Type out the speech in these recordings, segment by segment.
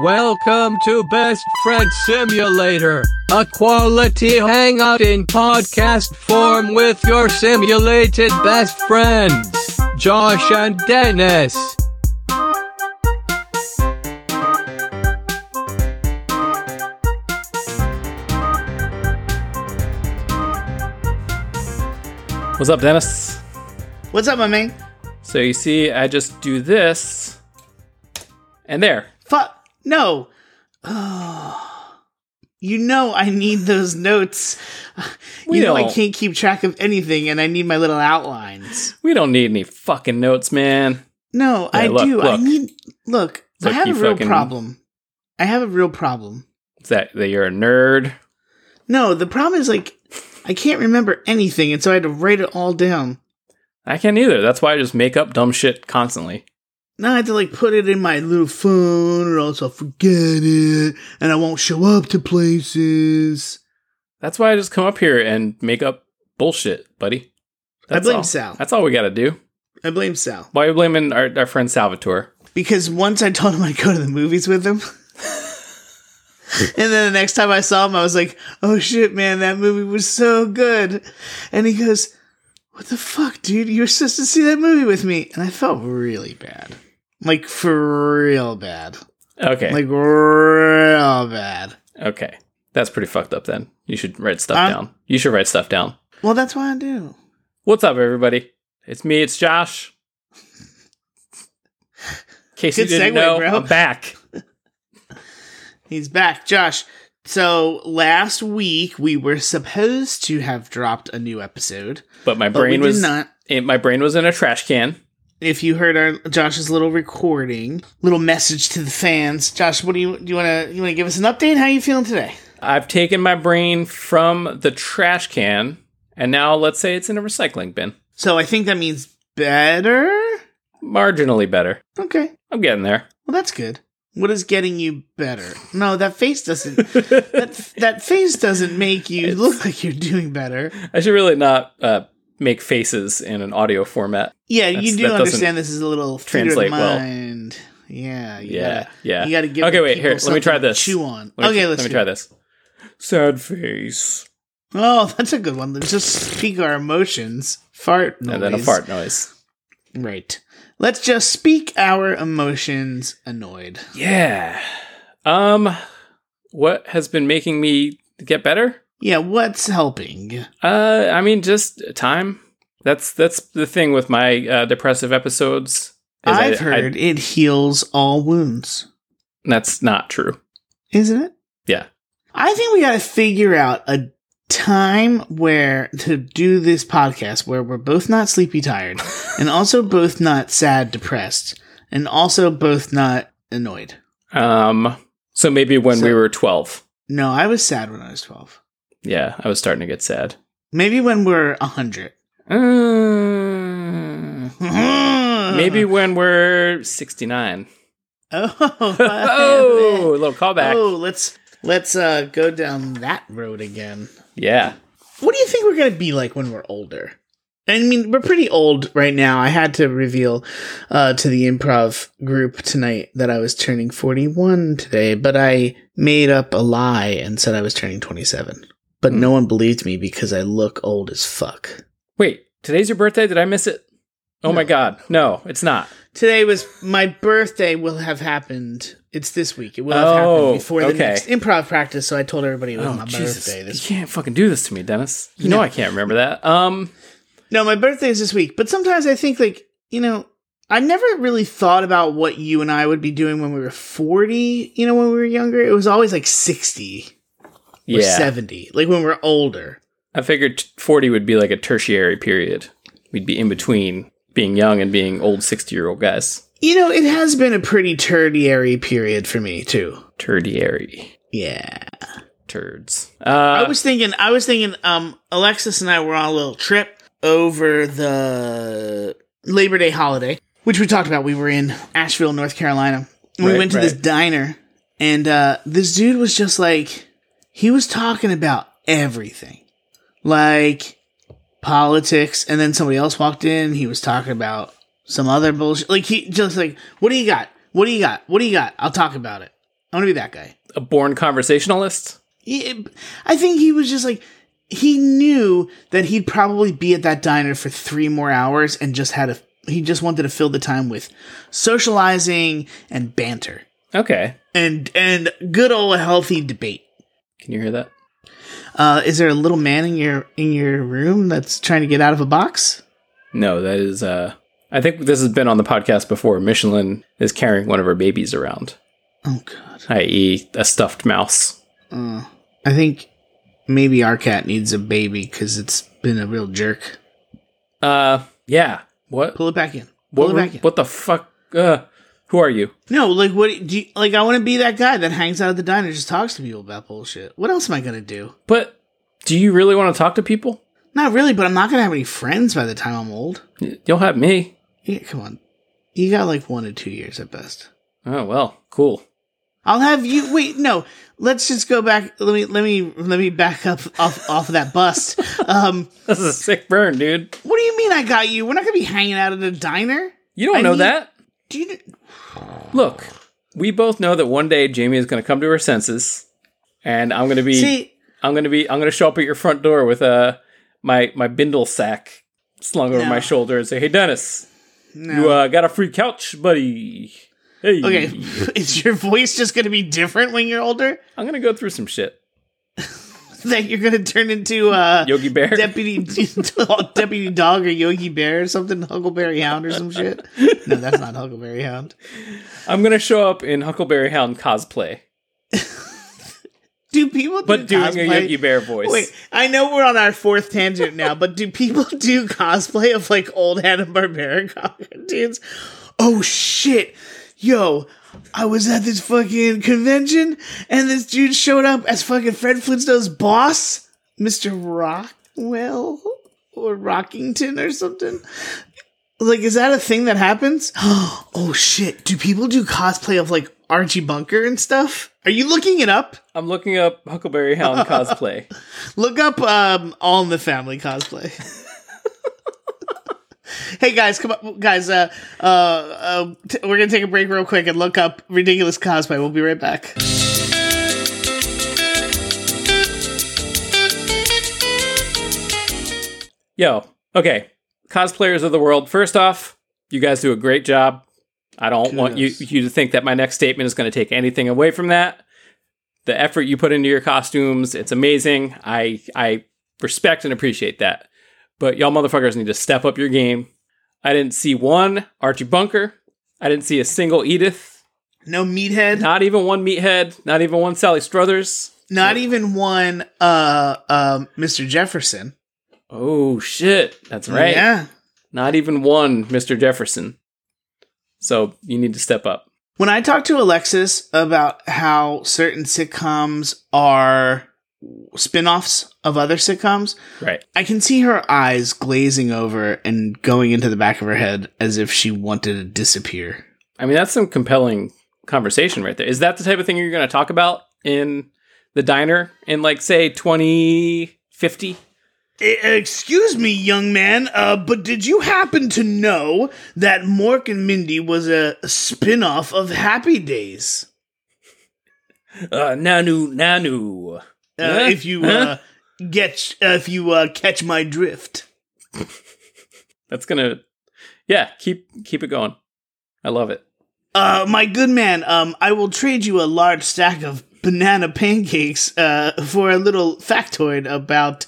Welcome to Best Friend Simulator, a quality hangout in podcast form with your simulated best friends, Josh and Dennis. What's up, Dennis? What's up, my man? So you see, I just do this, and there. Fuck no. You know I need those notes. We you know I don't- can't keep track of anything and I need my little outlines. We don't need any fucking notes, man. No, I look, do. I look. need look, Look, I have you a real fucking- problem. I have a real problem. Is that that you're a nerd? No, the problem is like I can't remember anything and so I had to write it all down. I can't either. That's why I just make up dumb shit constantly. Now I have to like put it in my little phone or else I'll forget it and I won't show up to places. That's why I just come up here and make up bullshit, buddy. I blame all. Sal. That's all we gotta do. I blame Sal. Why are you blaming our, our friend Salvatore? because once I told him I'd go to the movies with him. and then the next time I saw him, I was like, oh shit, man, that movie was so good. And he goes, what the fuck, dude? You were supposed to see that movie with me. And I felt really bad. Like, for real bad. Okay, Like, real bad. okay, that's pretty fucked up. Then you should write stuff Huh? down. You should write stuff down. Well, that's why I do. What's up, everybody? It's me. It's Josh. In case you Good didn't segue, know, bro. I'm back. He's back, Josh. So last week we were supposed to have dropped a new episode, But my but we brain did was not. it- my brain was in a trash can. if you heard our Josh's little recording, little message to the fans, Josh, what do you do? You want to you want to give us an update? How you feeling today? I've taken my brain from the trash can, and now let's say it's in a recycling bin. So I think that means better. Marginally better. Okay, I'm getting there. well that's good. What is getting you better? No, that face doesn't. that that face doesn't make you look like you're doing better. I should really not uh, make faces in an audio format. Yeah, That's- you that do doesn't understand this is a little theater of translate well. mind. Yeah, you Yeah, gotta- yeah. You got to give. Okay, the wait. Here, people let me try something to this. Chew on. Let me- okay, let's let me do try it. this. Sad face, Oh, that's a good one. Let's just speak our emotions. Fart noise. and then a fart noise. Right. Let's just speak our emotions annoyed. Yeah. Um, what has been making me get better? Yeah, what's helping? Uh, I mean, just time. That's that's the thing with my uh, depressive episodes. is I- I've I- heard it heals all wounds, that's not true. isn't it? Yeah. I think we got to figure out a time where to do this podcast where we're both not sleepy tired and also both not sad depressed and also both not annoyed. Um, so maybe when we So- were twelve. No, I was sad when I was 12. Yeah, I was starting to get sad. Maybe when we're 100. Uh, Uh-huh. maybe when we're sixty-nine. Hmm. Oh, oh, a little callback. Oh, let's let's uh, go down that road again. Yeah. What do you think we're gonna be like when we're older? I mean, we're pretty old right now. I had to reveal uh, to the improv group tonight that I was turning 41 today, but I made up a lie and said I was turning 27. But no one believed me because I look old as fuck. Wait, today's your birthday? Did I miss it? Oh my No. god, no, it's not. Today was my birthday. Will have happened. It's this week. It will have Oh, happened before the okay. next improv practice. So I told everybody it was Oh, my Jesus. birthday this you can't fucking do this to me, Dennis. You know I can't remember that. Um, No, my birthday is this week, but sometimes I think like, you know, I never really thought about what you and I would be doing when we were 40, you know, when we were younger. It was always like 60 or yeah, 70, like when we're older. I figured t- forty would be like a tertiary period. We'd be in between being young and being old sixty-year-old guys. You know, it has been a pretty tertiary period for me too. Tertiary Yeah. turds. Uh, I was thinking I was thinking um Alexis and I were on a little trip over the Labor Day holiday, which we talked about. We were in Asheville, North Carolina. And we Right, went to this right. diner and uh this dude was just like he was talking about everything. Like politics and then somebody else walked in, he was talking about some other bullshit. Like he just like, "What do you got? What do you got? What do you got? I'll talk about it." I want to be that guy. A born conversationalist? He, I think he was just like he knew that he'd probably be at that diner for three more hours and just had a he just wanted to fill the time with socializing and banter Okay. and and good old healthy debate. Can you hear that? Uh, is there a little man in your in your room that's trying to get out of a box? No, that is uh I think this has been on the podcast before. Michelin is carrying one of her babies around, Oh god. i.e. a stuffed mouse. Uh, I think maybe our cat needs a baby because it's been a real jerk. Uh yeah. What Pull it back in. Pull what, it back in. what the fuck uh who are you? No, like what do you, like I want to be that guy that hangs out at the diner and just talks to people about bullshit. What else am I gonna do? But do you really want to talk to people? Not really, but I'm not gonna have any friends by the time I'm old. Y- You'll have me. Yeah, come on. You got like one or two years at best. Oh well, cool. I'll have you wait, no. Let's just go back let me let me let me back up off off of that bust. Um This is a sick burn, dude. what do you mean I got you? We're not gonna be hanging out at a diner? You don't I know need- that. Do you Look, we both know that one day Jamie is going to come to her senses, and I'm going to be, see I'm going to be, I'm going to show up at your front door with uh, my my bindle sack slung over No. my shoulder and say, "Hey, Dennis, no. you uh, got a free couch, buddy." Hey, okay. Is your voice just gonna be different when you're older? I'm going to go through some shit. That you're gonna turn into uh Yogi Bear. deputy deputy dog or Yogi Bear or something, Huckleberry Hound or some shit. No, that's not Huckleberry Hound, I'm going to show up in Huckleberry Hound cosplay, Do people do but doing cosplay? a Yogi Bear voice. Wait, I know we're on our fourth tangent now, but do people do cosplay of like old Hanna Barbera cartoons? Oh shit, yo. I was at this fucking convention and this dude showed up as fucking Fred Flintstone's boss, Mr. Rockwell or Rockington or something. Like, is that a thing that happens? oh shit, do people do cosplay of like Archie Bunker and stuff? Are you looking it up? I'm looking up Huckleberry Hound cosplay. Look up um, All in the Family cosplay. hey guys, come on, guys. Uh, uh, uh, t- we're gonna take a break real quick and look up ridiculous cosplay. We'll be right back. Yo, okay. Cosplayers of the world, first off, you guys do a great job. I don't want you, Kudos. you to think that my next statement is going to take anything away from that. The effort you put into your costumes, it's amazing. I I respect and appreciate that. But y'all motherfuckers need to step up your game. I didn't see one Archie Bunker. I didn't see a single Edith. No meathead. Not even one Meathead. Not even one Sally Struthers. Not even one. Uh, um, Mr. Jefferson. Oh shit. That's right. Yeah. Not even one Mr. Jefferson. So you need to step up. When I talked to Alexis about how certain sitcoms are spin-offs of other sitcoms, Right. I can see her eyes glazing over and going into the back of her head as if she wanted to disappear. I mean, that's some compelling conversation right there. Is that the type of thing you're going to talk about in the diner in, like, say, 2050? E, Excuse me, young man, uh, but did you happen to know that Mork and Mindy was a spin off of Happy Days? Uh, Nanu, Nanu. Uh, Huh? If you uh, get, uh, if you uh, catch my drift. That's going to, yeah, keep keep it going. I love it. Uh, my good man, um, I will trade you a large stack of banana pancakes uh, for a little factoid about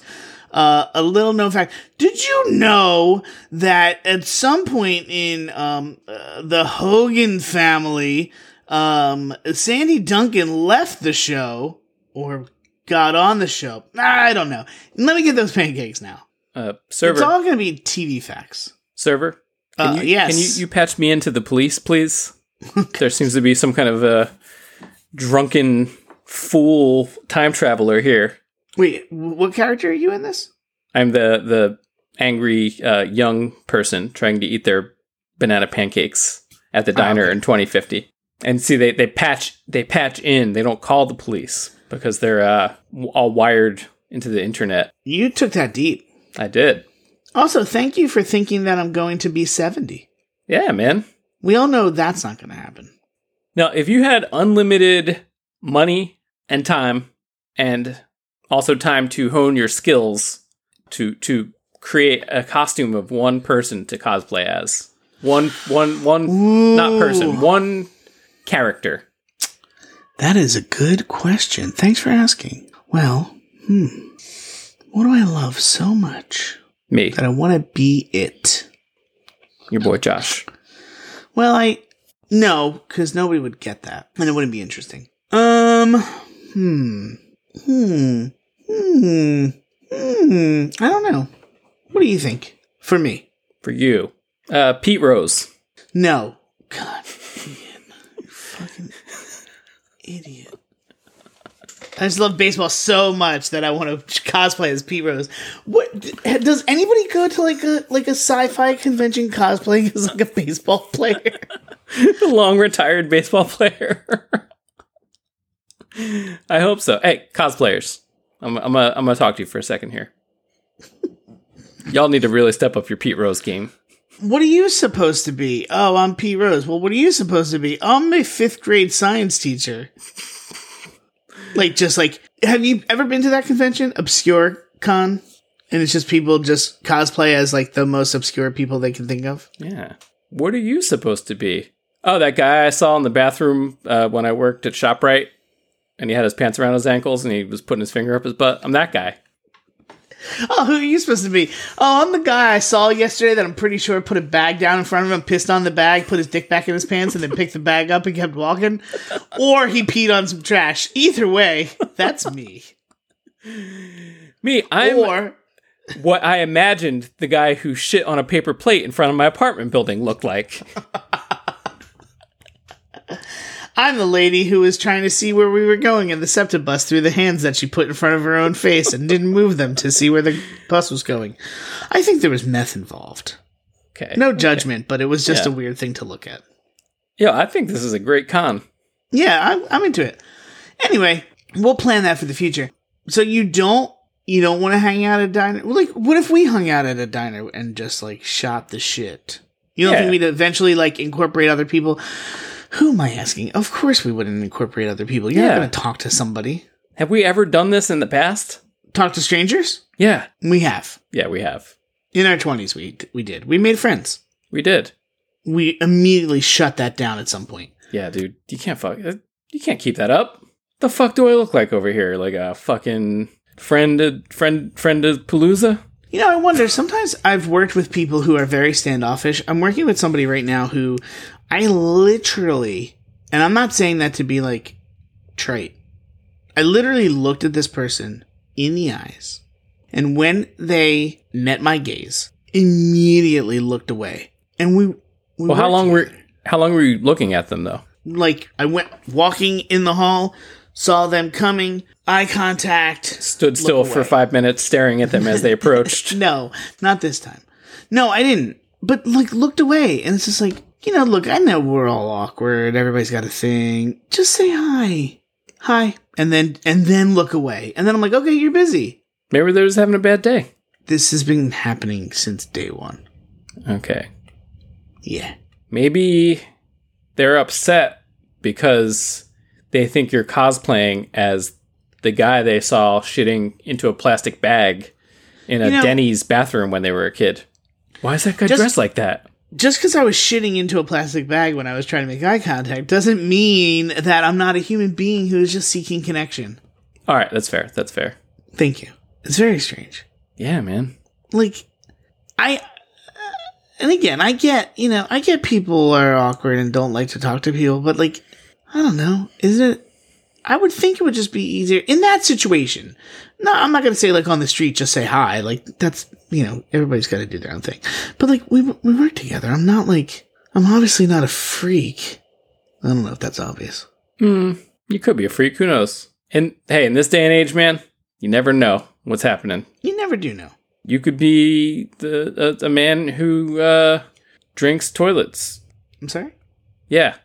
uh, a little known fact. Did you know that at some point in um, uh, the Hogan family, um, Sandy Duncan left the show or got on the show? I don't know. Let me get those pancakes now. Uh, server, It's all going to be TV facts. server, Uh, can, you, yes. can you, you patch me into the police, please? there seems to be some kind of a drunken fool time traveler here. Wait, wh- what character are you in this? I'm the the angry uh, young person trying to eat their banana pancakes at the diner in 2050. And see, they, they patch they patch in. They don't call the police because they're uh, w- all wired into the internet. You took that deep. I did. Also, thank you for thinking that I'm going to be 70. Yeah, man. We all know that's not going to happen. Now, if you had unlimited money and time and also time to hone your skills to to create a costume of one person to cosplay as. One one one not person, one character. That is a good question. Thanks for asking. Well, hmm. What do I love so much Me, that I want to be it? your boy Josh. Well, I no, because nobody would get that, and it wouldn't be interesting. Um, hmm, hmm, hmm, hmm. I don't know. What do you think for me? For you. Uh Pete Rose. No, God, Ian, you fucking idiot. I just love baseball so much that I want to cosplay as Pete Rose. What does anybody go to like a like a sci-fi convention cosplaying as like a baseball player? the long retired baseball player. I hope so. Hey, cosplayers, I'm I'm gonna, I'm gonna talk to you for a second here. Y'all need to really step up your Pete Rose game. What are you supposed to be? Oh, I'm Pete Rose. Well, what are you supposed to be? I'm a fifth grade science teacher. like, just like, have you ever been to that convention, Obscure Con? And it's just people just cosplay as like the most obscure people they can think of. Yeah. What are you supposed to be? Oh, that guy I saw in the bathroom uh, when I worked at Shoprite, and he had his pants around his ankles and he was putting his finger up his butt. I'm that guy. Oh, who are you supposed to be? Oh, I'm the guy I saw yesterday that I'm pretty sure put a bag down in front of him, pissed on the bag, put his dick back in his pants, and then picked the bag up and kept walking. Or he peed on some trash. Either way, that's me. Me, I'm Or what I imagined the guy who shit on a paper plate in front of my apartment building looked like. I'm the lady who was trying to see where we were going in the septa bus through the hands that she put in front of her own face and didn't move them to see where the bus was going. I think there was meth involved. Okay. No judgment, but it was just Yeah. a weird thing to look at. Yeah, I think this is a great con. Yeah, I'm, I'm into it. Anyway, we'll plan that for the future. So you don't you don't want to hang out at a diner? Like, what if we hung out at a diner and just like shot the shit? You don't Yeah. think we'd eventually like incorporate other people? Who am I asking? Of course we wouldn't incorporate other people. You're Yeah. not going to talk to somebody. Have we ever done this in the past? talk to strangers? Yeah. We have. Yeah, we have. In our 20s, we we did. We made friends. We did. We immediately shut that down at some point. Yeah, dude. You can't fuck uh, you can't keep that up. The fuck do I look like over here? Like a fucking friend friend friend of Palooza? You know, I wonder, sometimes I've worked with people who are very standoffish. I'm working with somebody right now who I literally, and I'm not saying that to be like trite, I literally looked at this person in the eyes, and when they met my gaze, immediately looked away. And we, we Well, how worked long together. were how long were you looking at them though? like I went walking in the hall, saw them coming, eye contact. Stood still for away. 5 minutes staring at them as they approached. No, not this time. No, I didn't. But like looked away and it's just like, you know, look, I know we're all awkward, everybody's got a thing. Just say hi. Hi. And then and then look away. And then I'm like, okay, you're busy. Maybe they're just having a bad day. This has been happening since day one. Okay. Yeah. Maybe they're upset because they think you're cosplaying as the guy they saw shitting into a plastic bag in a You know- Denny's bathroom when they were a kid. Why is that guy Just- dressed like that? Just because I was shitting into a plastic bag when I was trying to make eye contact doesn't mean that I'm not a human being who is just seeking connection. All right, that's fair. That's fair. Thank you. It's very strange. Yeah, man. Like, I. And again, I get, you know, I get people are awkward and don't like to talk to people, but like, I don't know. Is it. I would think it would just be easier in that situation. No, I'm not going to say like on the street, just say hi. Like, that's, you know, everybody's got to do their own thing. But like, we, we work together. I'm not like. I'm obviously not a freak. I don't know if that's obvious. Hmm. You could be a freak. Who knows? And hey, in this day and age, man, you never know what's happening. You never do know. You could be the a, a man who uh, drinks toilets. I'm sorry? Yeah,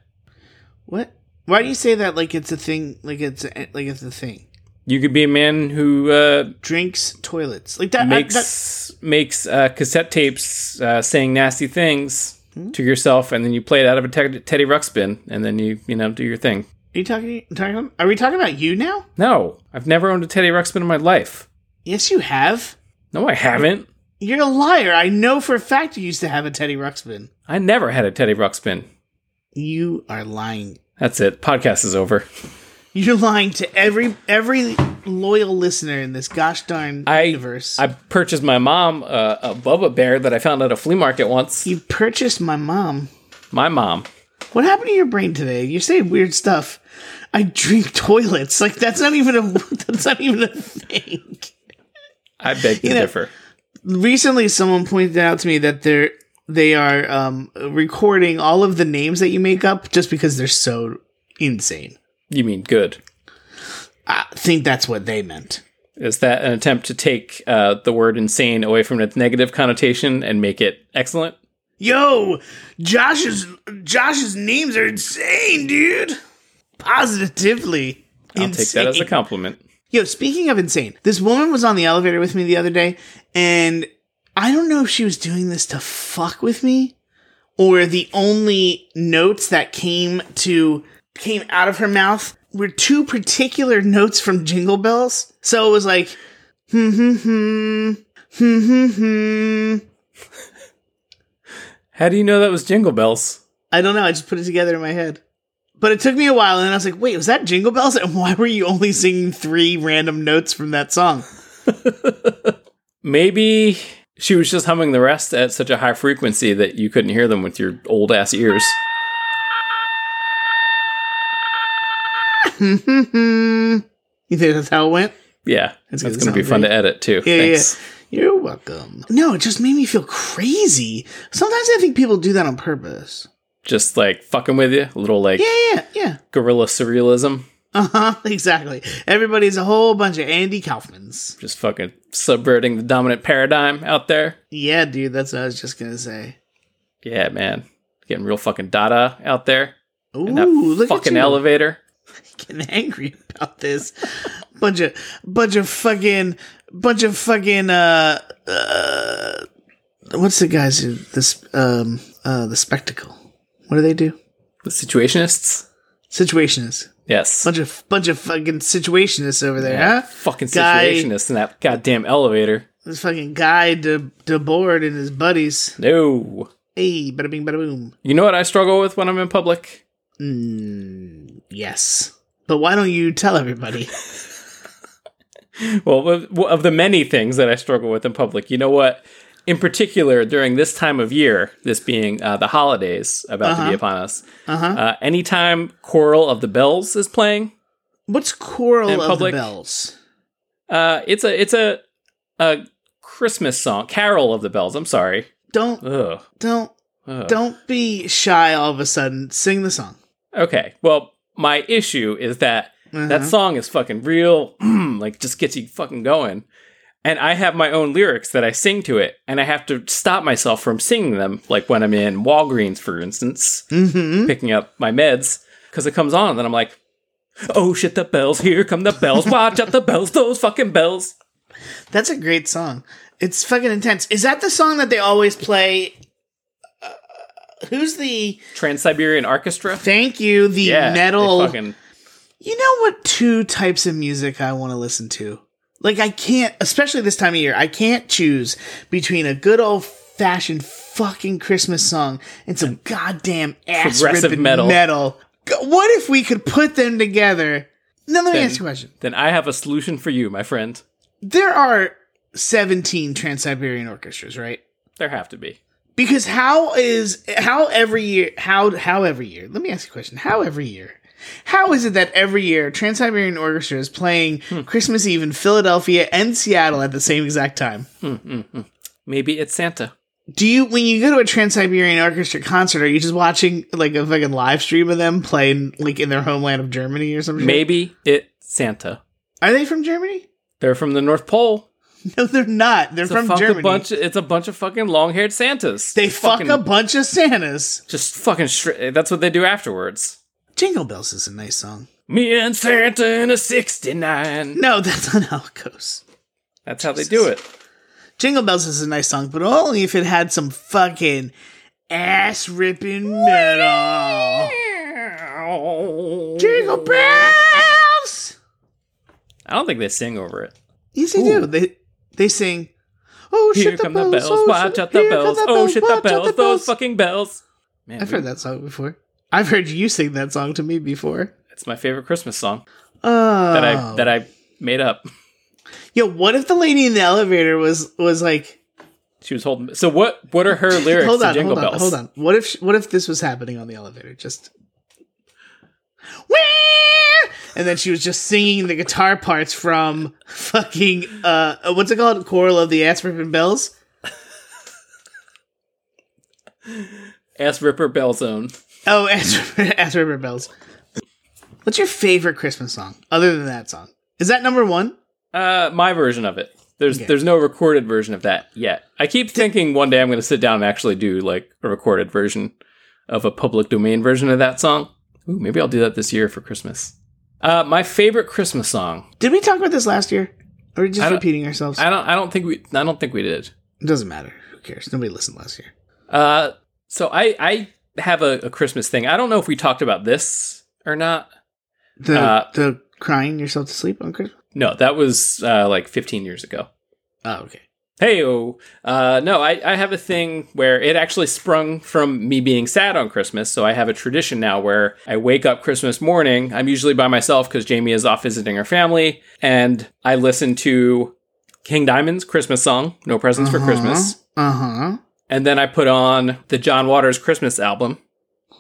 What? Why do you say that like it's a thing? Like it's a, like it's a thing. you could be a man who uh, Drinks toilets like Uh, that. I- that- makes makes uh, cassette tapes uh, saying nasty things to yourself, and then you play it out of a Ted Teddy Ruxpin, and then you you know do your thing. Are you talking? Talking? Are we talking about you now? No, I've never owned a Teddy Ruxpin in my life. Yes, you have. No, I haven't. You're a liar. I know for a fact you used to have a Teddy Ruxpin. I never had a Teddy Ruxpin. You are lying. That's it. Podcast is over. You're lying to every every loyal listener in this gosh darn I universe. I purchased my mom uh, a Bubba Bear that I found at a flea market once. you purchased my mom. My mom. What happened to your brain today? You're saying weird stuff. I drink toilets. Like that's not even a that's not even a thing. I beg to know- differ. Recently, someone pointed out to me that they're they are um, recording all of the names that you make up just because they're so insane. You mean good? I think that's what they meant. Is that an attempt to take uh, the word insane away from its negative connotation and make it excellent? Yo, Josh's Josh's names are insane, dude. Positively. I'll take that as a compliment. Yo, speaking of insane, this woman was on the elevator with me the other day, and I don't know if she was doing this to fuck with me or the only notes that came to came out of her mouth were two particular notes from Jingle Bells. So it was like hmm hmm hmm hmm hmm hmm. How do you know that was Jingle Bells? I don't know, I just put it together in my head. But it took me a while and then I was like, "Wait, was that Jingle Bells? And why were you only singing three random notes from that song?" Maybe she was just humming the rest at such a high frequency that you couldn't hear them with your old ass ears. Mm-hmm. you think that's how it went? Yeah, That's that's, good. going to be Sounds fun great. to edit too. Yeah, Thanks. yeah. You're welcome. No, it just made me feel crazy. Sometimes I think people do that on purpose. Just like fucking with you, a little like Yeah, yeah, yeah. gorilla surrealism, Uh huh. Exactly. Everybody's a whole bunch of Andy Kaufmans. just fucking subverting the dominant paradigm out there. Yeah, dude. That's what I was just gonna say. Yeah, man, getting real fucking Dada out there Ooh, in that look fucking at you. elevator. Getting angry about this. bunch of bunch of fucking bunch of fucking uh uh. What's the guys? who- This um uh the spectacle. What do they do? The situationists. Situationists. Yes. bunch of bunch of fucking situationists over there, Yeah, huh? Fucking Guy- situationists in that goddamn elevator. This fucking guy de DeBoard and his buddies. No. Hey, bada bing, bada boom. You know what I struggle with when I'm in public? Mm, yes, but why don't you tell everybody? Well, of of the many things that I struggle with in public, you know what? In particular, during this time of year, this being uh, the holidays about to Uh-huh. be upon us, Uh-huh. uh, anytime Choral of the Bells is playing, What's choral In of public? the bells? uh, it's a it's a a Christmas song, Carol of the Bells. I'm sorry. Don't Ugh. don't Ugh. don't be shy. All of a sudden, sing the song. Okay. Well, my issue is that that song is fucking real, like just gets you fucking going. And I have my own lyrics that I sing to it, and I have to stop myself from singing them, like when I'm in Walgreens, for instance, Mm-hmm. picking up my meds, because it comes on, and then I'm like, oh shit, the bells, here come the bells, watch out the bells, those fucking bells. That's a great song. It's fucking intense. Is that the song that they always play? Uh, who's the? Trans Siberian Orchestra. Thank you. The Yeah. they metal. fucking- You know what two types of music I want to listen to? Like I can't, especially this time of year, I can't choose between a good old fashioned fucking Christmas song and some goddamn ass Progressive ripping metal. metal. G- What if we could put them together? Now let me Then- ask you a question. then I have a solution for you, my friend. There are 17 Trans-Siberian orchestras, right? There have to be. because how is how every year how how every year let me ask you a question how every year how is it that every year trans-siberian orchestra is playing Hmm. christmas eve in philadelphia and seattle at the same exact time Maybe it's Santa. do you when you go to a trans-siberian orchestra concert are you just watching like a fucking live stream of them playing like in their homeland of germany or something Maybe it's Santa. are they from germany They're from the North Pole. no they're not they're It's a from fucking germany bunch. It's a bunch of fucking long-haired Santas. they fuck fucking, a bunch of santas Just fucking. Stri- that's what they do afterwards. jingle bells is a nice song Me and Santa in a '69. no that's not how it goes That's how they do it. Jingle Bells is a nice song, but only if it had some fucking ass ripping metal. Bells. Jingle bells. I don't think they sing over it. Yes, they Ooh. do. They they sing. Oh Here shit! The come the bells. bells, Oh, watch shit. out the Here come bells. Oh shit, the watch out bells, oh, those fucking bells. Man, I've heard that song before. I've heard you sing that song to me before. It's my favorite Christmas song Oh, that I that I made up. Yo, what if the lady in the elevator was was like? She was holding. So what? What are her lyrics hold on, to Jingle hold on, Bells? hold on. What if sh- what if this was happening on the elevator? Just where? And then she was just singing the guitar parts from fucking uh, what's it called? Choral of the Ass Ripping Bells. Ass Ripper Bell Zone. Oh, Ass, Ass Ripping Bells. What's your favorite Christmas song other than that song? Is that number one? Uh, my version of it. There's Okay. there's no recorded version of that yet. I keep thinking one day I'm going to sit down and actually do like a recorded version of a public domain version of that song. Ooh, maybe I'll do that this year for Christmas. Uh, my favorite Christmas song. Did we talk about this last year? Or are we I just don't- repeating ourselves? I don't I don't think we I don't think we did. It doesn't matter. Who cares? Nobody listened last year. Uh, so I I have a, a Christmas thing. I don't know if we talked about this or not. The Uh, the crying yourself to sleep on Christmas. No, that was uh, like 15 years ago. Oh, okay. Hey, uh, no, I, I have a thing where it actually sprung from me being sad on Christmas. So I have a tradition now where I wake up Christmas morning. I'm usually by myself because Jamie is off visiting her family, and I listen to King Diamond's Christmas song, "No Presents for Christmas," Uh huh. and then I put on the John Waters Christmas album,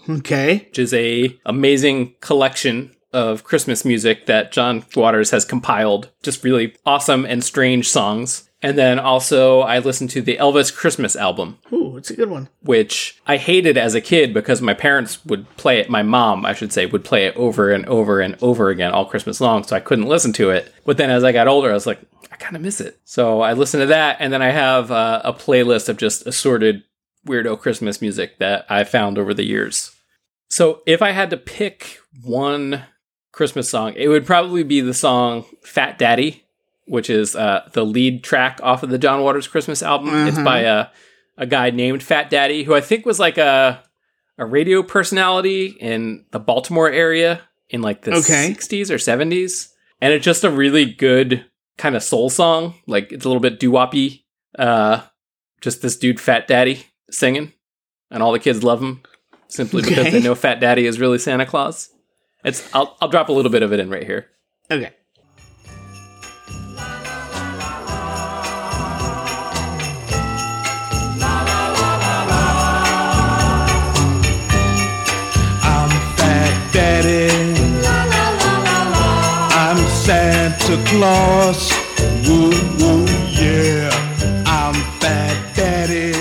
Okay. which is a amazing collection of Christmas music that John Waters has compiled. Just really awesome and strange songs. And then also I listened to the Elvis Christmas album, Ooh, it's a good one. which I hated as a kid because my parents would play it, my mom, I should say, would play it over and over and over again all Christmas long, so I couldn't listen to it. But then as I got older, I was like, I kind of miss it. So I listened to that, and then I have uh, a playlist of just assorted weirdo Christmas music that I found over the years. So if I had to pick one Christmas song, it would probably be the song Fat Daddy, which is uh, the lead track off of the John Waters Christmas album. It's Mhm. by a, a guy named Fat Daddy, who I think was like a, a radio personality in the Baltimore area in like the Okay. 60s or 70s. And it's just a really good kind of soul song. Like it's a little bit doo woppy. Uh, just this dude, Fat Daddy, singing. And all the kids love him simply because Okay. they know Fat Daddy is really Santa Claus. It's I'll, I'll drop a little bit of it in right here. Okay. I'm Fat Daddy. I'm Santa Claus. Woo woo yeah. I'm Fat Daddy.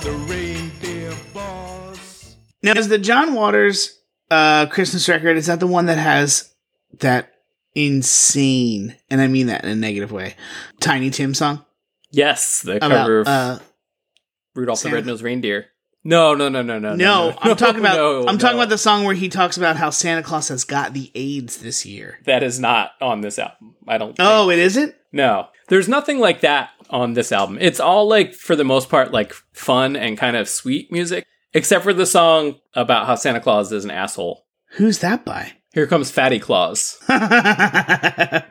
The reindeer boss. Now, is the John Waters uh, Christmas record? Is that the one that has that insane, and I mean that in a negative way, Tiny Tim song Yes, the about? cover of uh, Rudolph Santa- the Red-Nosed Reindeer. No, no, no, no, no, no, no. no, I'm talking about no, I'm talking no. about the song where he talks about how Santa Claus has got the AIDS this year. that is not on this album. I don't. think. Oh, it isn't. No, there's nothing like that on this album. It's all like, for the most part, like fun and kind of sweet music, except for the song about how Santa Claus is an asshole. Who's that by? Here comes Fatty Claus. That's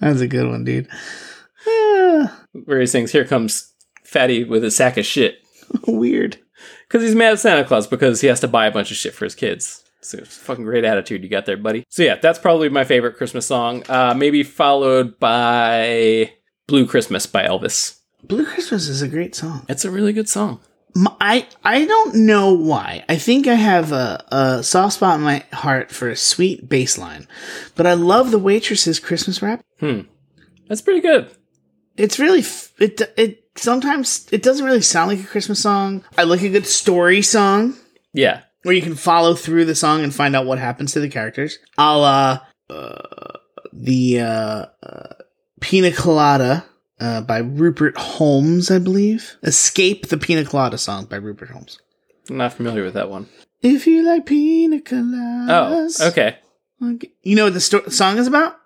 a good one, dude. Ah, where he sings "Here comes Fatty with a sack of shit" weird. because he's mad at Santa Claus because he has to buy a bunch of shit for his kids. So it's a fucking great attitude you got there, buddy. So yeah, that's probably my favorite Christmas song. Uh, maybe followed by "Blue Christmas" by Elvis. Blue Christmas is a great song. It's a really good song. M- I I don't know why. I think I have a, a soft spot in my heart for a sweet bass line, but I love the waitress's Christmas rap. That's pretty good. It's really f- it it sometimes it doesn't really sound like a Christmas song. I like a good story song Yeah, where you can follow through the song and find out what happens to the characters. A la uh, the uh, uh, Pina Colada uh, by Rupert Holmes, I believe. Escape the Pina Colada song by Rupert Holmes. I'm not familiar with that one. If you like pina Oh, coladas. okay. okay. You know what the sto- song is about?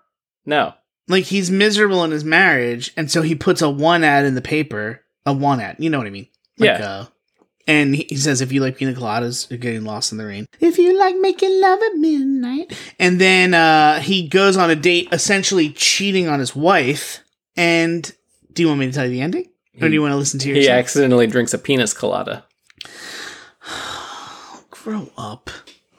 No, Like he's miserable in his marriage, and so he puts a one ad in the paper. A one ad. You know what I mean? Like Yeah. uh, And he he says, if you like pina coladas, you're getting lost in the rain. If you like making love at midnight. And then uh, he goes on a date, essentially cheating on his wife. And do you want me to tell you the ending? Or do you want to listen to He yourself? accidentally drinks a penis colada. grow up.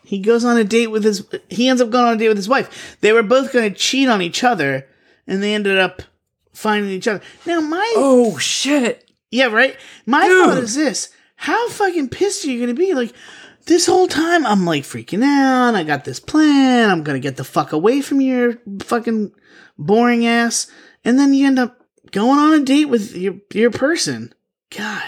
He goes on a date with his. He ends up going on a date with his wife. They were both going to cheat on each other, and they ended up finding each other. Now my Oh shit! yeah right. My thought is this: How fucking pissed are you going to be? Like this whole time, I'm like freaking out. I got this plan. I'm going to get the fuck away from your fucking boring ass, and then you end up going on a date with your your person. God.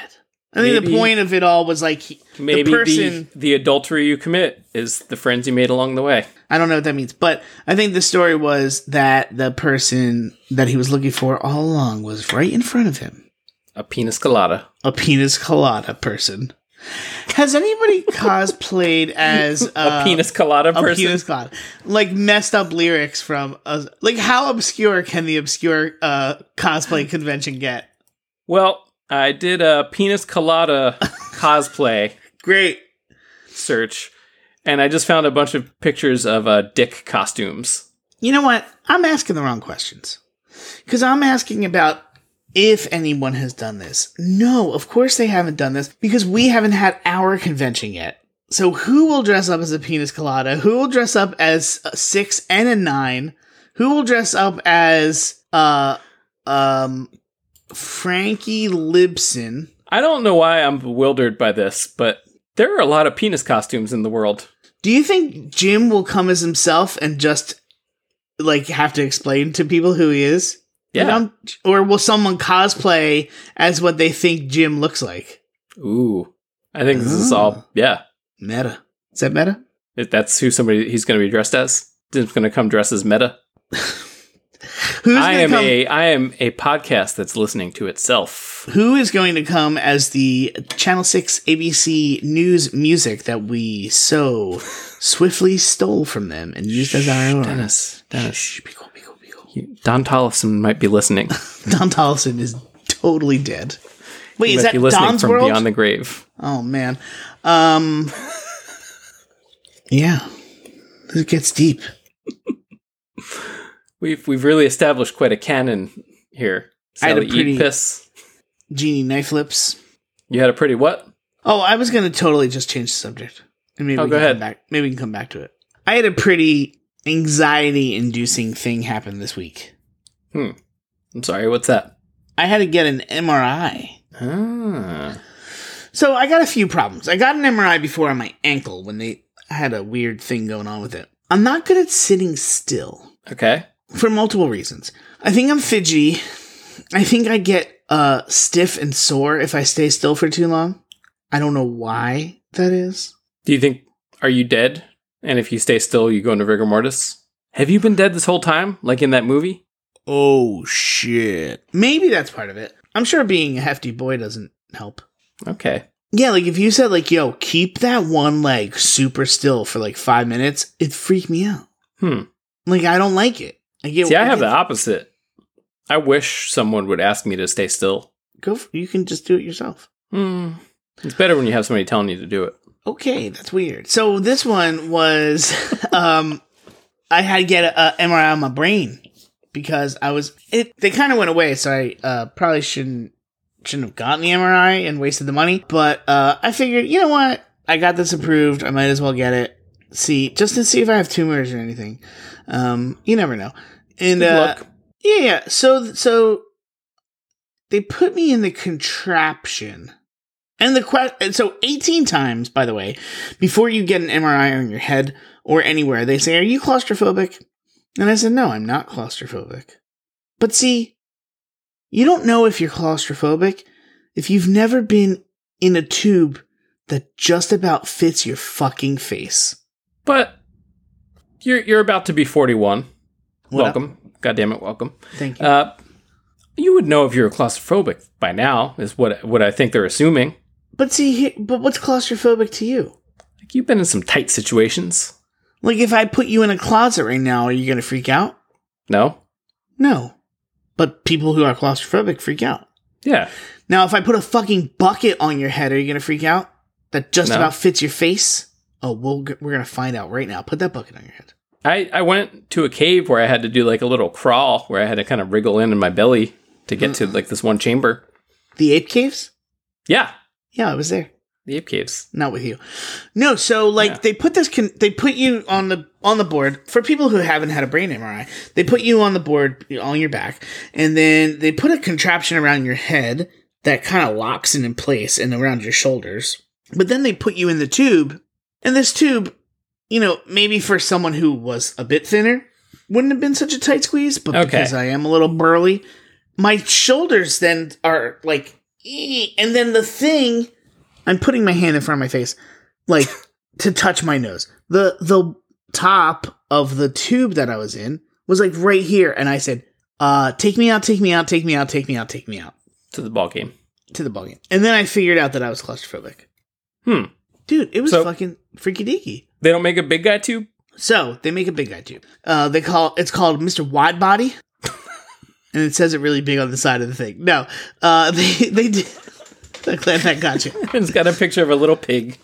I think the Maybe- point of it all was like he, Maybe the the, person the adultery you commit is the friends you made along the way. I don't know what that means, but I think the story was that the person that he was looking for all along was right in front of him. A penis colada. A penis colada person. Has anybody cosplayed as uh, a penis colada a person. penis colada? Like messed up lyrics from a, like how obscure can the obscure uh, cosplay convention get? Well, I did a penis colada cosplay Great. search, and I just found a bunch of pictures of uh, dick costumes. You know what? I'm asking the wrong questions. Because I'm asking about if anyone has done this. No, of course they haven't done this because we haven't had our convention yet. So who will dress up as a penis colada? Who will dress up as a six and a nine? Who will dress up as uh um Frankie Libson? I don't know why I'm bewildered by this, but there are a lot of penis costumes in the world. Do you think Jim will come as himself and just like have to explain to people who he is? Yeah. You know, or will someone cosplay as what they think Jim looks like? Ooh. I think this is Ah. all, yeah. Meta. Is that meta? If that's who somebody he's going to be dressed as, Jim's going to come dressed as Meta. Who's I gonna am come, a I am a podcast that's listening to itself. who is going to come as the Channel 6 ABC news music that we so swiftly stole from them and used as our own? Dennis, Dennis, Shh, be cool, be cool, be cool. you- Don Tollefson might be listening. Don Tollefson is totally dead. Wait, He is might that be listening Don's from world? beyond the grave. Oh man. Um Yeah. It gets deep. We've we've really established quite a canon here. I had a Sally eat pretty- piss. Genie knife lips. You had a pretty what? Oh, I was gonna totally just change the subject. And maybe Oh, we go can ahead. come back maybe we can come back to it. I had a pretty anxiety inducing thing happen this week. I'm sorry. What's that? I had to get an MRI. Ah, So I got a few problems. I got an MRI before on my ankle when they I had a weird thing going on with it. I'm not good at sitting still. okay. for multiple reasons. I think I'm fidgety. I think I get uh stiff and sore if I stay still for too long. I don't know why that is. Do you think are you dead? And if you stay still, you go into rigor mortis. Have you been dead this whole time, like in that movie? Oh shit. Maybe that's part of it. I'm sure being a hefty boy doesn't help. Okay. Yeah, like if you said like, "Yo, keep that one leg super still for like 5 minutes," it freaked me out. Hmm. Like I don't like it. I get See, I have get- the opposite. I wish someone would ask me to stay still. Go for, you can just do it yourself. Hmm. It's better when you have somebody telling you to do it. Okay, that's weird. So this one was, um, I had to get a, a MRI on my brain because I was it. They kind of went away, so I uh, probably shouldn't shouldn't have gotten the MRI and wasted the money. But uh, I figured, you know what? I got this approved. I might as well get it. See, just to see if I have tumors or anything. Um, you never know. And Good uh, luck. yeah, yeah. So so they put me in the contraption. And the question, so 18 times, by the way, before you get an MRI on your head or anywhere, they say, Are you claustrophobic? And I said, No, I'm not claustrophobic. But see, you don't know if you're claustrophobic if you've never been in a tube that just about fits your fucking face. But you're you're about to be 41. What up? welcome. God damn it, welcome. Thank you. Uh, you would know if you're claustrophobic by now, is what what I think they're assuming. but see, he- but what's claustrophobic to you? Like you've been in some tight situations. Like, if I put you in a closet right now, are you going to freak out? No, No. But people who are claustrophobic freak out. Yeah. Now, if I put a fucking bucket on your head, are you gonna freak out? That just No. about fits your face. Oh, we'll g- we're gonna find out right now. Put that bucket on your head. I, I went to a cave where I had to do like a little crawl where I had to kind of wriggle in in my belly to get to like this one chamber. The ape caves? Yeah. Yeah, I was there. The ape caves. Not with you. No, so like Yeah. they put this con- they put you on the on the board for people who haven't had a brain MRI. They put you on the board on your back and then they put a contraption around your head that kind of locks it in place and around your shoulders. But then they put you in the tube and this tube, you know, maybe for someone who was a bit thinner wouldn't have been such a tight squeeze, but Okay. because I am a little burly, my shoulders then are like "Eh," and then the thing I'm putting my hand in front of my face, like to touch my nose. The the top of the tube that I was in was like right here, and I said, uh, "Take me out, take me out, take me out, take me out, take me out." To the ball game. To the ballgame, and then I figured out that I was claustrophobic. Hmm. Dude, it was So- fucking freaky deaky. They don't make a big guy tube? So they make a big guy tube. Uh, they call it's called Mr. Wide Body, and it says it really big on the side of the thing. No, uh, they they did. I'm glad that got you. it's got a picture of a little pig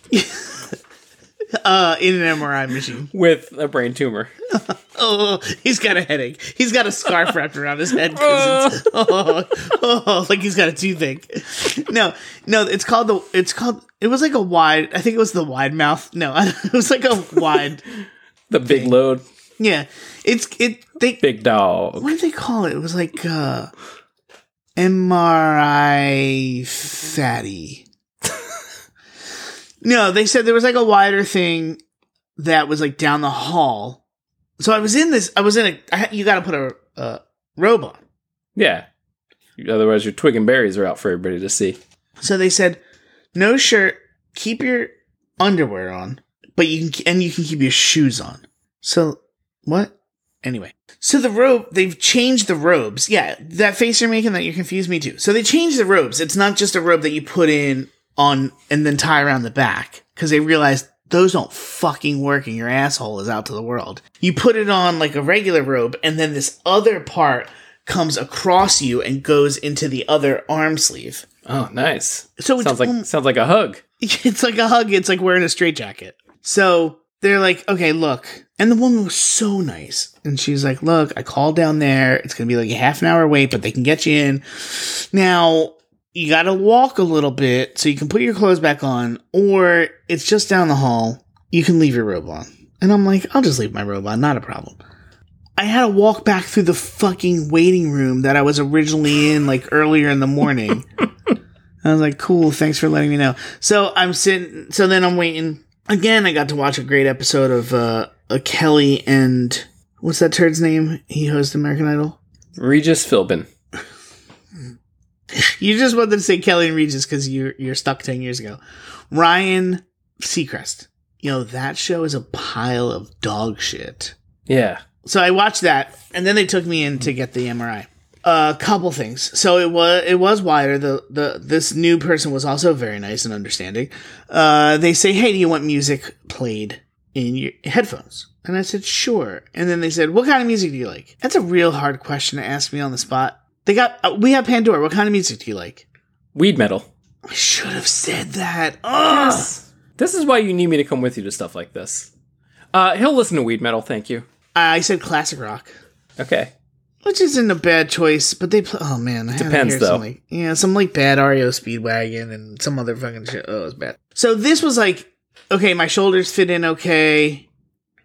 Uh, in an MRI machine. with a brain tumor. Oh, he's got a headache. He's got a scarf wrapped around his head. 'cause it's- oh, oh, like he's got a toothache. No, no, it's called the. It's called. It was like a wide. I think it was the wide mouth. No, it was like a wide. The big load. Yeah, it's it. They Big dog. what did they call it? It was like uh, MRI fatty. no, they said there was like a wider thing that was like down the hall. So I was in this. I was in a. I, had- you got to put a uh, robe on. Yeah. Otherwise, your twig and berries are out for everybody to see. So they said, no shirt. Keep your underwear on, but you can and you can keep your shoes on. So what? Anyway, so the robe they've changed the robes. Yeah, that face you're making that you confused me too. So they changed the robes. It's not just a robe that you put in on and then tie around the back because they realized those don't fucking work and your asshole is out to the world. You put it on like a regular robe and then this other part comes across you and goes into the other arm sleeve. Oh, nice. So it's sounds like alm- sounds like a hug. it's like a hug. It's like wearing a straitjacket. So they're like, okay, look. And the woman was so nice. And she's like, look, I called down there. It's going to be like a half an hour wait, but they can get you in. Now, you got to walk a little bit so you can put your clothes back on, or it's just down the hall. You can leave your robe on. And I'm like, I'll just leave my robe on. Not a problem. I had to walk back through the fucking waiting room that I was originally in, like earlier in the morning. I was like, cool, thanks for letting me know. So I'm sitting, so then I'm waiting. Again, I got to watch a great episode of uh, uh Kelly and what's that turd's name? He hosts American Idol. Regis Philbin. You just wanted to say Kelly and Regis because you're, you're stuck 10 years ago. Ryan Seacrest. You know, that show is a pile of dog shit. Yeah. So I watched that, and then they took me in to get the MRI. A couple things. So it was it was wider. The the this new person was also very nice and understanding. Uh, they say, "Hey, do you want music played in your headphones?" And I said, "Sure." And then they said, "What kind of music do you like?" That's a real hard question to ask me on the spot. They got uh, we have Pandora. What kind of music do you like? Weed metal. I should have said that. Ugh. This is why you need me to come with you to stuff like this. Uh, he'll listen to weed metal, thank you. I said classic rock. Okay. Which isn't a bad choice, but they play. Oh man, I had to Depends, hear some, though. Like, yeah, some like bad REO Speedwagon and some other fucking shit. Oh, it was bad. So this was like, okay, my shoulders fit in okay.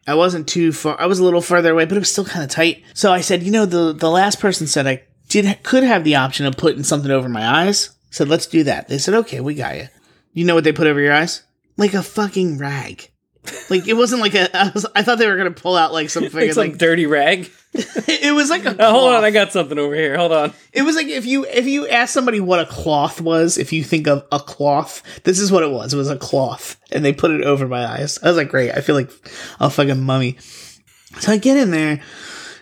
I wasn't too far. I was a little further away, but it was still kind of tight. So I said, you know, the the last person said I did could have the option of putting something over my eyes. Said let's do that. They said okay, we got you. You know what they put over your eyes? Like a fucking rag. Like it wasn't like a. I, was, I thought they were gonna pull out like some fucking It's like like. dirty rag. It was like a. Oh, hold cloth. on, I got something over here. Hold on. It was like if you if you ask somebody what a cloth was, if you think of a cloth, this is what it was. It was a cloth, and they put it over my eyes. I was like, great. I feel like a fucking mummy. So I get in there,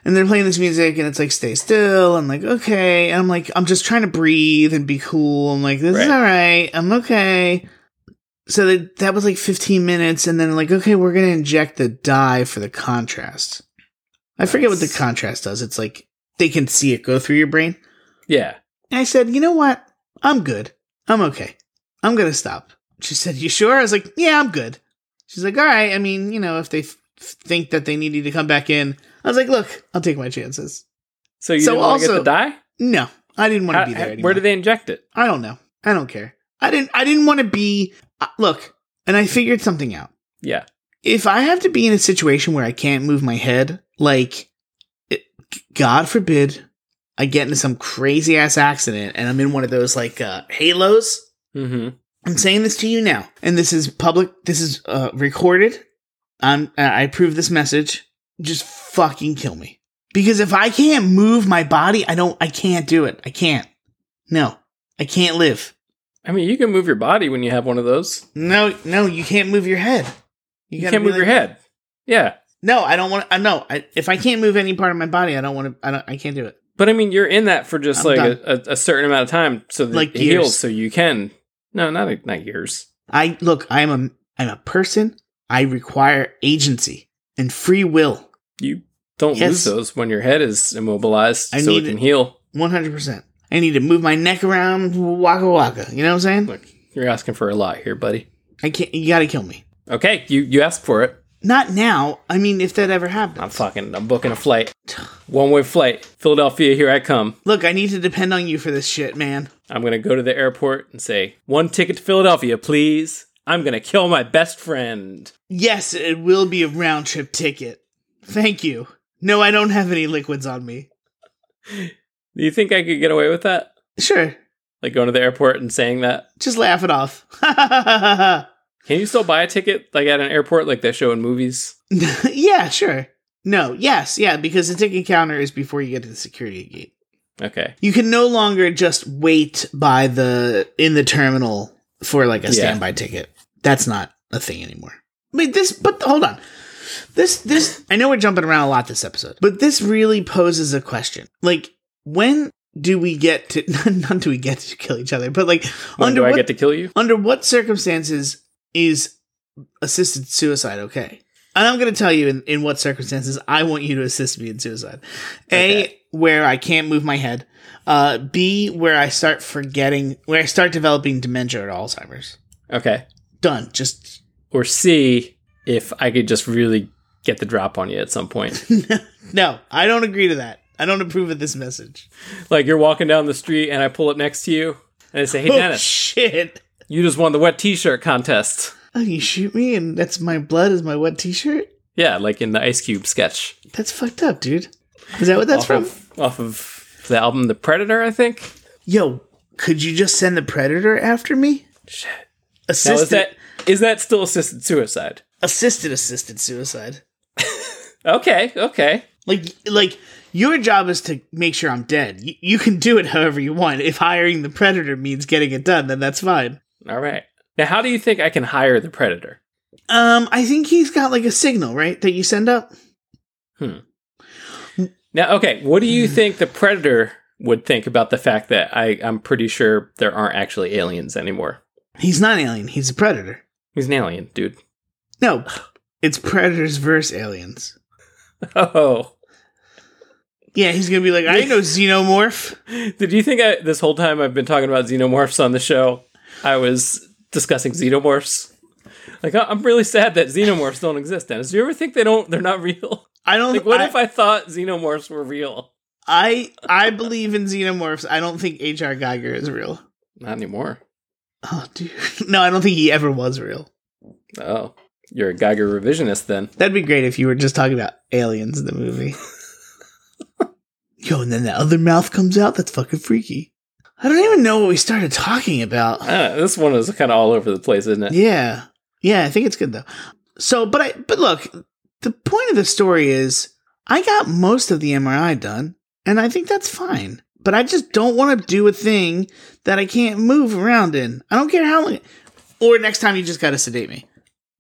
and they're playing this music, and it's like, stay still. I'm like, okay. And I'm like, I'm just trying to breathe and be cool. I'm like, this is Right. all right. I'm okay. So that that was like 15 minutes, and then like, okay, we're gonna inject the dye for the contrast. I forget what the Nice. contrast does. It's like they can see it go through your brain. Yeah. And I said, you know what? I'm good. I'm okay. I'm going to stop. She said, You sure? I was like, Yeah, I'm good. She's like, All right. I mean, you know, if they f- think that they need you to come back in, I was like, Look, I'll take my chances. So you So didn't want to get also- the dye? No, I didn't want to be How- there how- anymore. where do they inject it? I don't know. I don't care. I didn't. I didn't want to be. Uh, look, and I figured something out. Yeah. If I have to be in a situation where I can't move my head, like, it, God forbid, I get into some crazy ass accident and I'm in one of those like uh, halos. hmm I'm saying this to you now, and this is public. This is uh, recorded. I'm, uh, I approve this message. Just fucking kill me, because if I can't move my body, I don't. I can't do it. I can't. No, I can't live. I mean, you can move your body when you have one of those. No, no, you can't move your head. You, gotta can't be move your like- head. Yeah. No, I don't want. to. No, I, if I can't move any part of my body, I don't want to. I don't. I can't do it. But I mean, you're in that for just I'm like a, a, a certain amount of time so that Like it heals years. so you can. No, not, not years. I look. I'm a. I'm a person. I require agency and free will. You don't lose Yes. those when your head is immobilized I so it need can it. heal. One hundred percent. I need to move my neck around. Waka waka. You know what I'm saying? Look, you're asking for a lot here, buddy. I can't. You gotta kill me. Okay, you, you asked for it. Not now. I mean, if that ever happens. I'm fucking, I'm booking a flight. One way flight. Philadelphia, here I come. Look, I need to depend on you for this shit, man. I'm going to go to the airport and say, one ticket to Philadelphia, please. I'm going to kill my best friend. Yes, it will be a round trip ticket. Thank you. No, I don't have any liquids on me. Do you think I could get away with that? Sure, Like going to the airport and saying that? just laugh it off. yeah, Can you still buy a ticket like at an airport like they show in movies? sure. No, yes, yeah, because the ticket counter is before you get to the security gate. Okay. You can no longer just wait by the in the terminal for like a Yeah. standby ticket. That's not a thing anymore. I mean this but hold on. This this I know we're jumping around a lot this episode, but this really poses a question. Like when do we get to not do we get to kill each other, but like When do I what- get to kill you? under what circumstances is assisted suicide okay? And I'm going to tell you in, in what circumstances I want you to assist me in suicide. Okay. A, where I can't move my head. Uh, B, where I start forgetting, where I start developing dementia or Alzheimer's. Okay. Done. Just, Or C, if I could just really get the drop on you at some point. no, I don't agree to that. I don't approve of this message. like you're walking down the street and I pull up next to you and I say, hey, oh, Dennis, shit. you just won the wet t shirt contest. Oh, you shoot me and that's my blood is my wet t shirt? Yeah, like in the Ice Cube sketch. That's fucked up, dude. Is that what that's off from? Of, off of the album The Predator, I think. Yo, could you just send the predator after me? Shit. Now, is Assisted, that is that still assisted suicide? assisted, assisted suicide. Okay, okay. Like, like your job is to make sure I'm dead. You, you can do it however you want. If hiring the predator means getting it done, then that's fine. All right. Now, how do you think I can hire the predator? Um, I think he's got like a signal, right? That you send up. Now, okay, what do you think the predator would think about the fact that I, I'm pretty sure there aren't actually aliens anymore? He's not an alien. He's a predator. He's an alien, dude. No, it's predators versus aliens. Oh, Yeah, he's gonna be like, I ain't no xenomorph. did you think I, this whole time I've been talking about xenomorphs on the show? I was discussing xenomorphs. Like, I- I'm really sad that xenomorphs don't exist. Dennis, do you ever think they don't? They're not real. I don't. Like, what I, if I thought xenomorphs were real? I I believe in xenomorphs. I don't think H.R. Geiger is real. Not anymore. Oh, dude. No, I don't think he ever was real. Oh, you're a Geiger revisionist then. That'd be great if you were just talking about aliens in the movie. Yo, and then the other mouth comes out. That's fucking freaky. I don't even know what we started talking about. I don't know, Ah, this one is kind of all over the place, isn't it? Yeah, yeah, I think it's good though. So, but I, but look, the point of the story is I got most of the MRI done, and I think that's fine. But I just don't want to do a thing that I can't move around in. I don't care how long. Or next time you just gotta sedate me.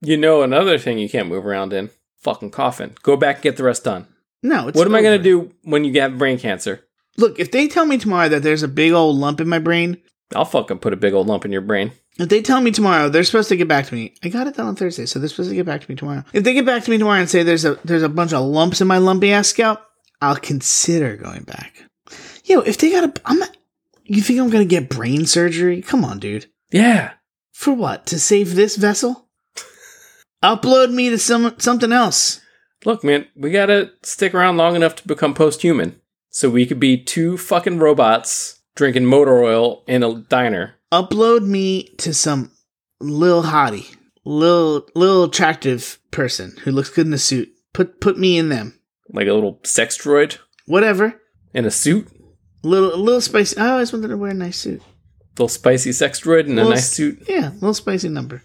You know, another thing you can't move around in fucking coffin. Go back and get the rest done. No, it's what am I going over. to do when you have brain cancer? Look, if they tell me tomorrow that there's a big old lump in my brain, I'll fucking put a big old lump in your brain. If they tell me tomorrow, they're supposed to get back to me. I got it done on Thursday, so they're supposed to get back to me tomorrow. If they get back to me tomorrow and say there's a there's a bunch of lumps in my lumpy ass scalp, I'll consider going back. Yo, if they got a, I'm not, You think I'm gonna get brain surgery? Come on, dude. Yeah. For what? To save this vessel? Upload me to some something else. Look, man, we gotta stick around long enough to become post human. So we could be two fucking robots drinking motor oil in a diner. Upload me to some lil hottie, lil lil attractive person who looks good in a suit. Put put me in them. Like a little sex droid Whatever. in a suit. Little little spicy. I always wanted to wear a nice suit. Little spicy sex droid in a Little nice s- suit. Yeah, little spicy number.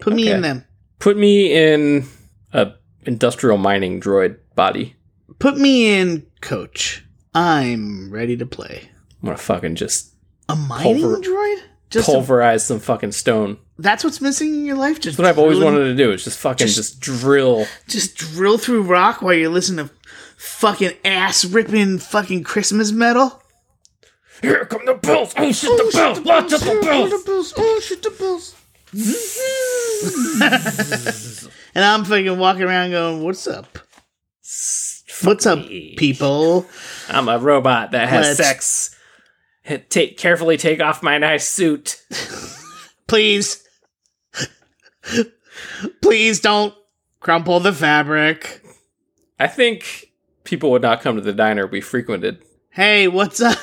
Put me in Okay. them. Put me in a industrial mining droid body. Put me in, coach. I'm ready to play. I'm gonna fucking just A mining Pulver- droid? Just a- pulverize some fucking stone. that's what's missing in your life. Just That's what I've always drilling- wanted to do. Is just fucking just, drill. Just drill through rock while you listen to fucking ass ripping fucking Christmas metal. Here come the bills. Oh shit, the bills. Lots of the bills. Oh shit, the bills. and I'm fucking walking around going, "What's up? What's up, people?" I'm a robot that has Let's- sex. Heh, Take carefully take off my nice suit. please please don't crumple the fabric I think people would not come to the diner we frequented. hey what's up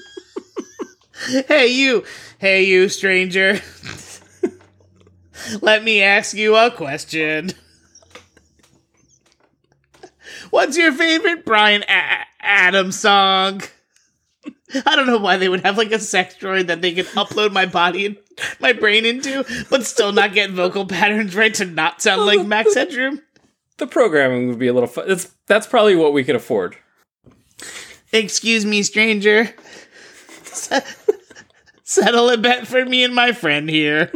hey you hey you stranger let me ask you a question what's your favorite brian a- adams song I don't know why they would have like a sex droid that they could upload my body and my brain into, but still not get vocal patterns right to not sound like Max Headroom. The programming would be a little fun. That's that's probably what we could afford. Excuse me, stranger. Se- Settle a bet for me and my friend here.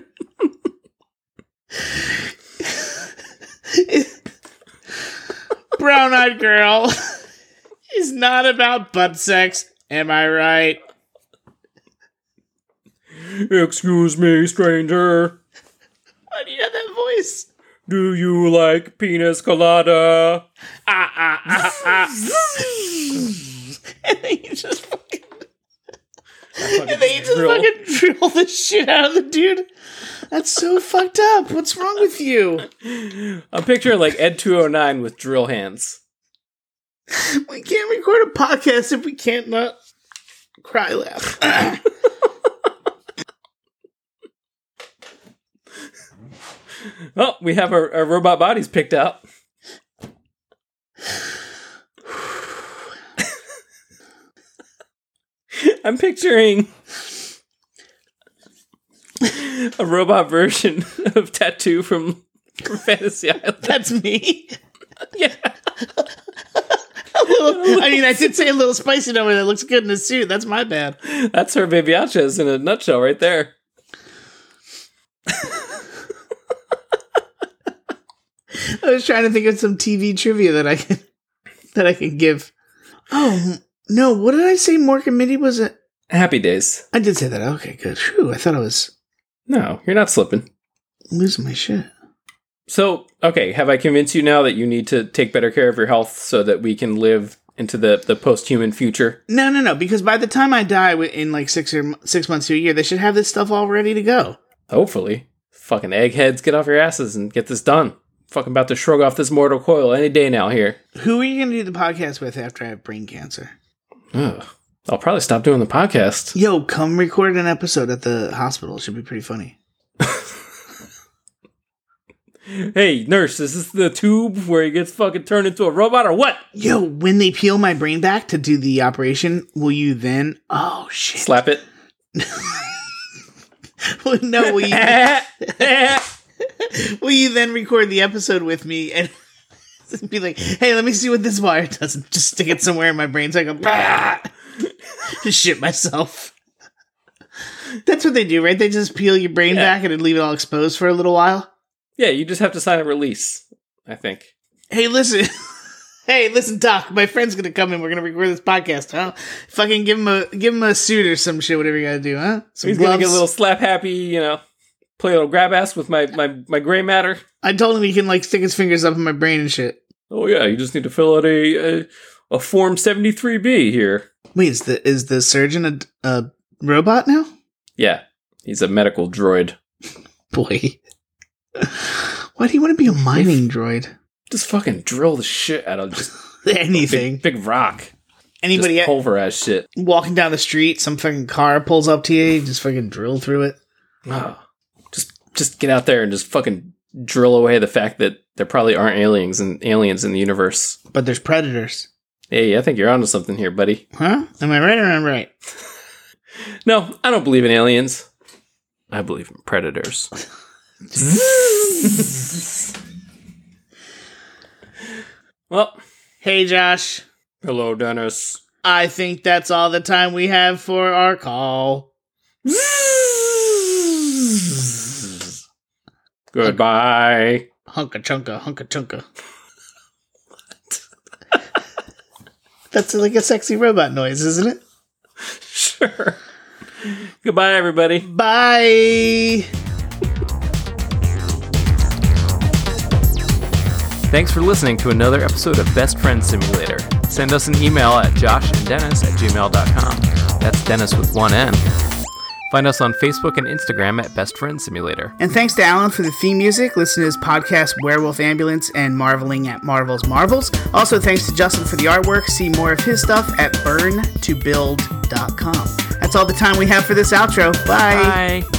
Brown eyed girl is not about butt sex. Am I right? Excuse me, stranger. Why do you have that voice? Do you like penis colada? ah, ah, ah, ah. and then you just fucking, and then you just Drill. fucking drill the shit out of the dude. That's so fucked up. What's wrong with you? I'm picturing like Ed 209 with drill hands. We can't record a podcast if we can't not cry laugh. Oh, we have our, our robot bodies picked out. I'm picturing a robot version of Tattoo from, from Fantasy Island. That's me. Yeah. A little, I mean, I did say a little spicy number that looks good in a suit. That's my bad. That's her baby Achas in a nutshell right there. I was trying to think of some TV trivia that I can that I can give. Oh no! What did I say? Morgan Mitty was a Happy days. I did say that. Okay, good. Phew, I thought I was No, you're not slipping. losing my shit. So, okay, have I convinced you now that you need to take better care of your health so that we can live into the, the post human future? No, no, no. Because by the time I die wi- in like six or m- six months to a year, they should have this stuff all ready to go. Hopefully. Fucking eggheads, get off your asses and get this done. Fucking about to shrug off this mortal coil any day now here. Who are you going to do the podcast with after I have brain cancer? Ugh. I'll probably stop doing the podcast. Yo, come record an episode at the hospital. It should be pretty funny. Hey, nurse, is this the tube where he gets fucking turned into a robot or what? Yo, when they peel my brain back to do the operation, will you then? Oh shit! Slap it. no, will you? That's Will you then record the episode with me and be like, hey, let me see what this wire does and just stick it somewhere in my brain so I go "Bah!" just shit myself. That's what they do, right? They just peel your brain Yeah. back and then leave it all exposed for a little while. Yeah, you just have to sign a release, I think. Hey, listen. Hey, listen, Doc. My friend's gonna come in. We're gonna record this podcast, huh? Fucking give him a give him a suit or some shit, whatever you gotta do, huh? Some He's gonna get a gloves. little slap happy, you know, play a little grab ass with my, my, my gray matter. I told him he can like stick his fingers up in my brain and shit. Oh yeah, you just need to fill out a a, a form seventy three B here. Wait, is the is the surgeon a, a robot now? Yeah, he's a medical droid. Boy, why do you want to be a mining droid? Just fucking drill the shit out of just Anything, big, big rock. anybody just pulverize shit. walking down the street, some fucking car pulls up to you, you just fucking drill through it. Oh, just just get out there and just fucking drill away the fact that there probably aren't aliens and aliens in the universe. But there's predators, Hey, I think you're onto something here, buddy. huh? Am I right or am I right? No, I don't believe in aliens. I believe in predators. well, Hey, Josh, hello, Dennis. I think that's all the time we have for our call. Goodbye. Hunka chunka, hunka chunka. That's like a sexy robot noise, isn't it? Sure. Goodbye, everybody. Bye. Thanks for listening to another episode of Best Friend Simulator. Send us an email at joshanddennis at gmail.com. That's Dennis with one N. Find us on Facebook and Instagram at Best Friend Simulator. And thanks to Alan for the theme music. Listen to his podcast, Werewolf Ambulance, and Marveling at Marvel's Marvels. Also, thanks to Justin for the artwork. See more of his stuff at burntobuild.com. That's all the time we have for this outro. Bye. Bye.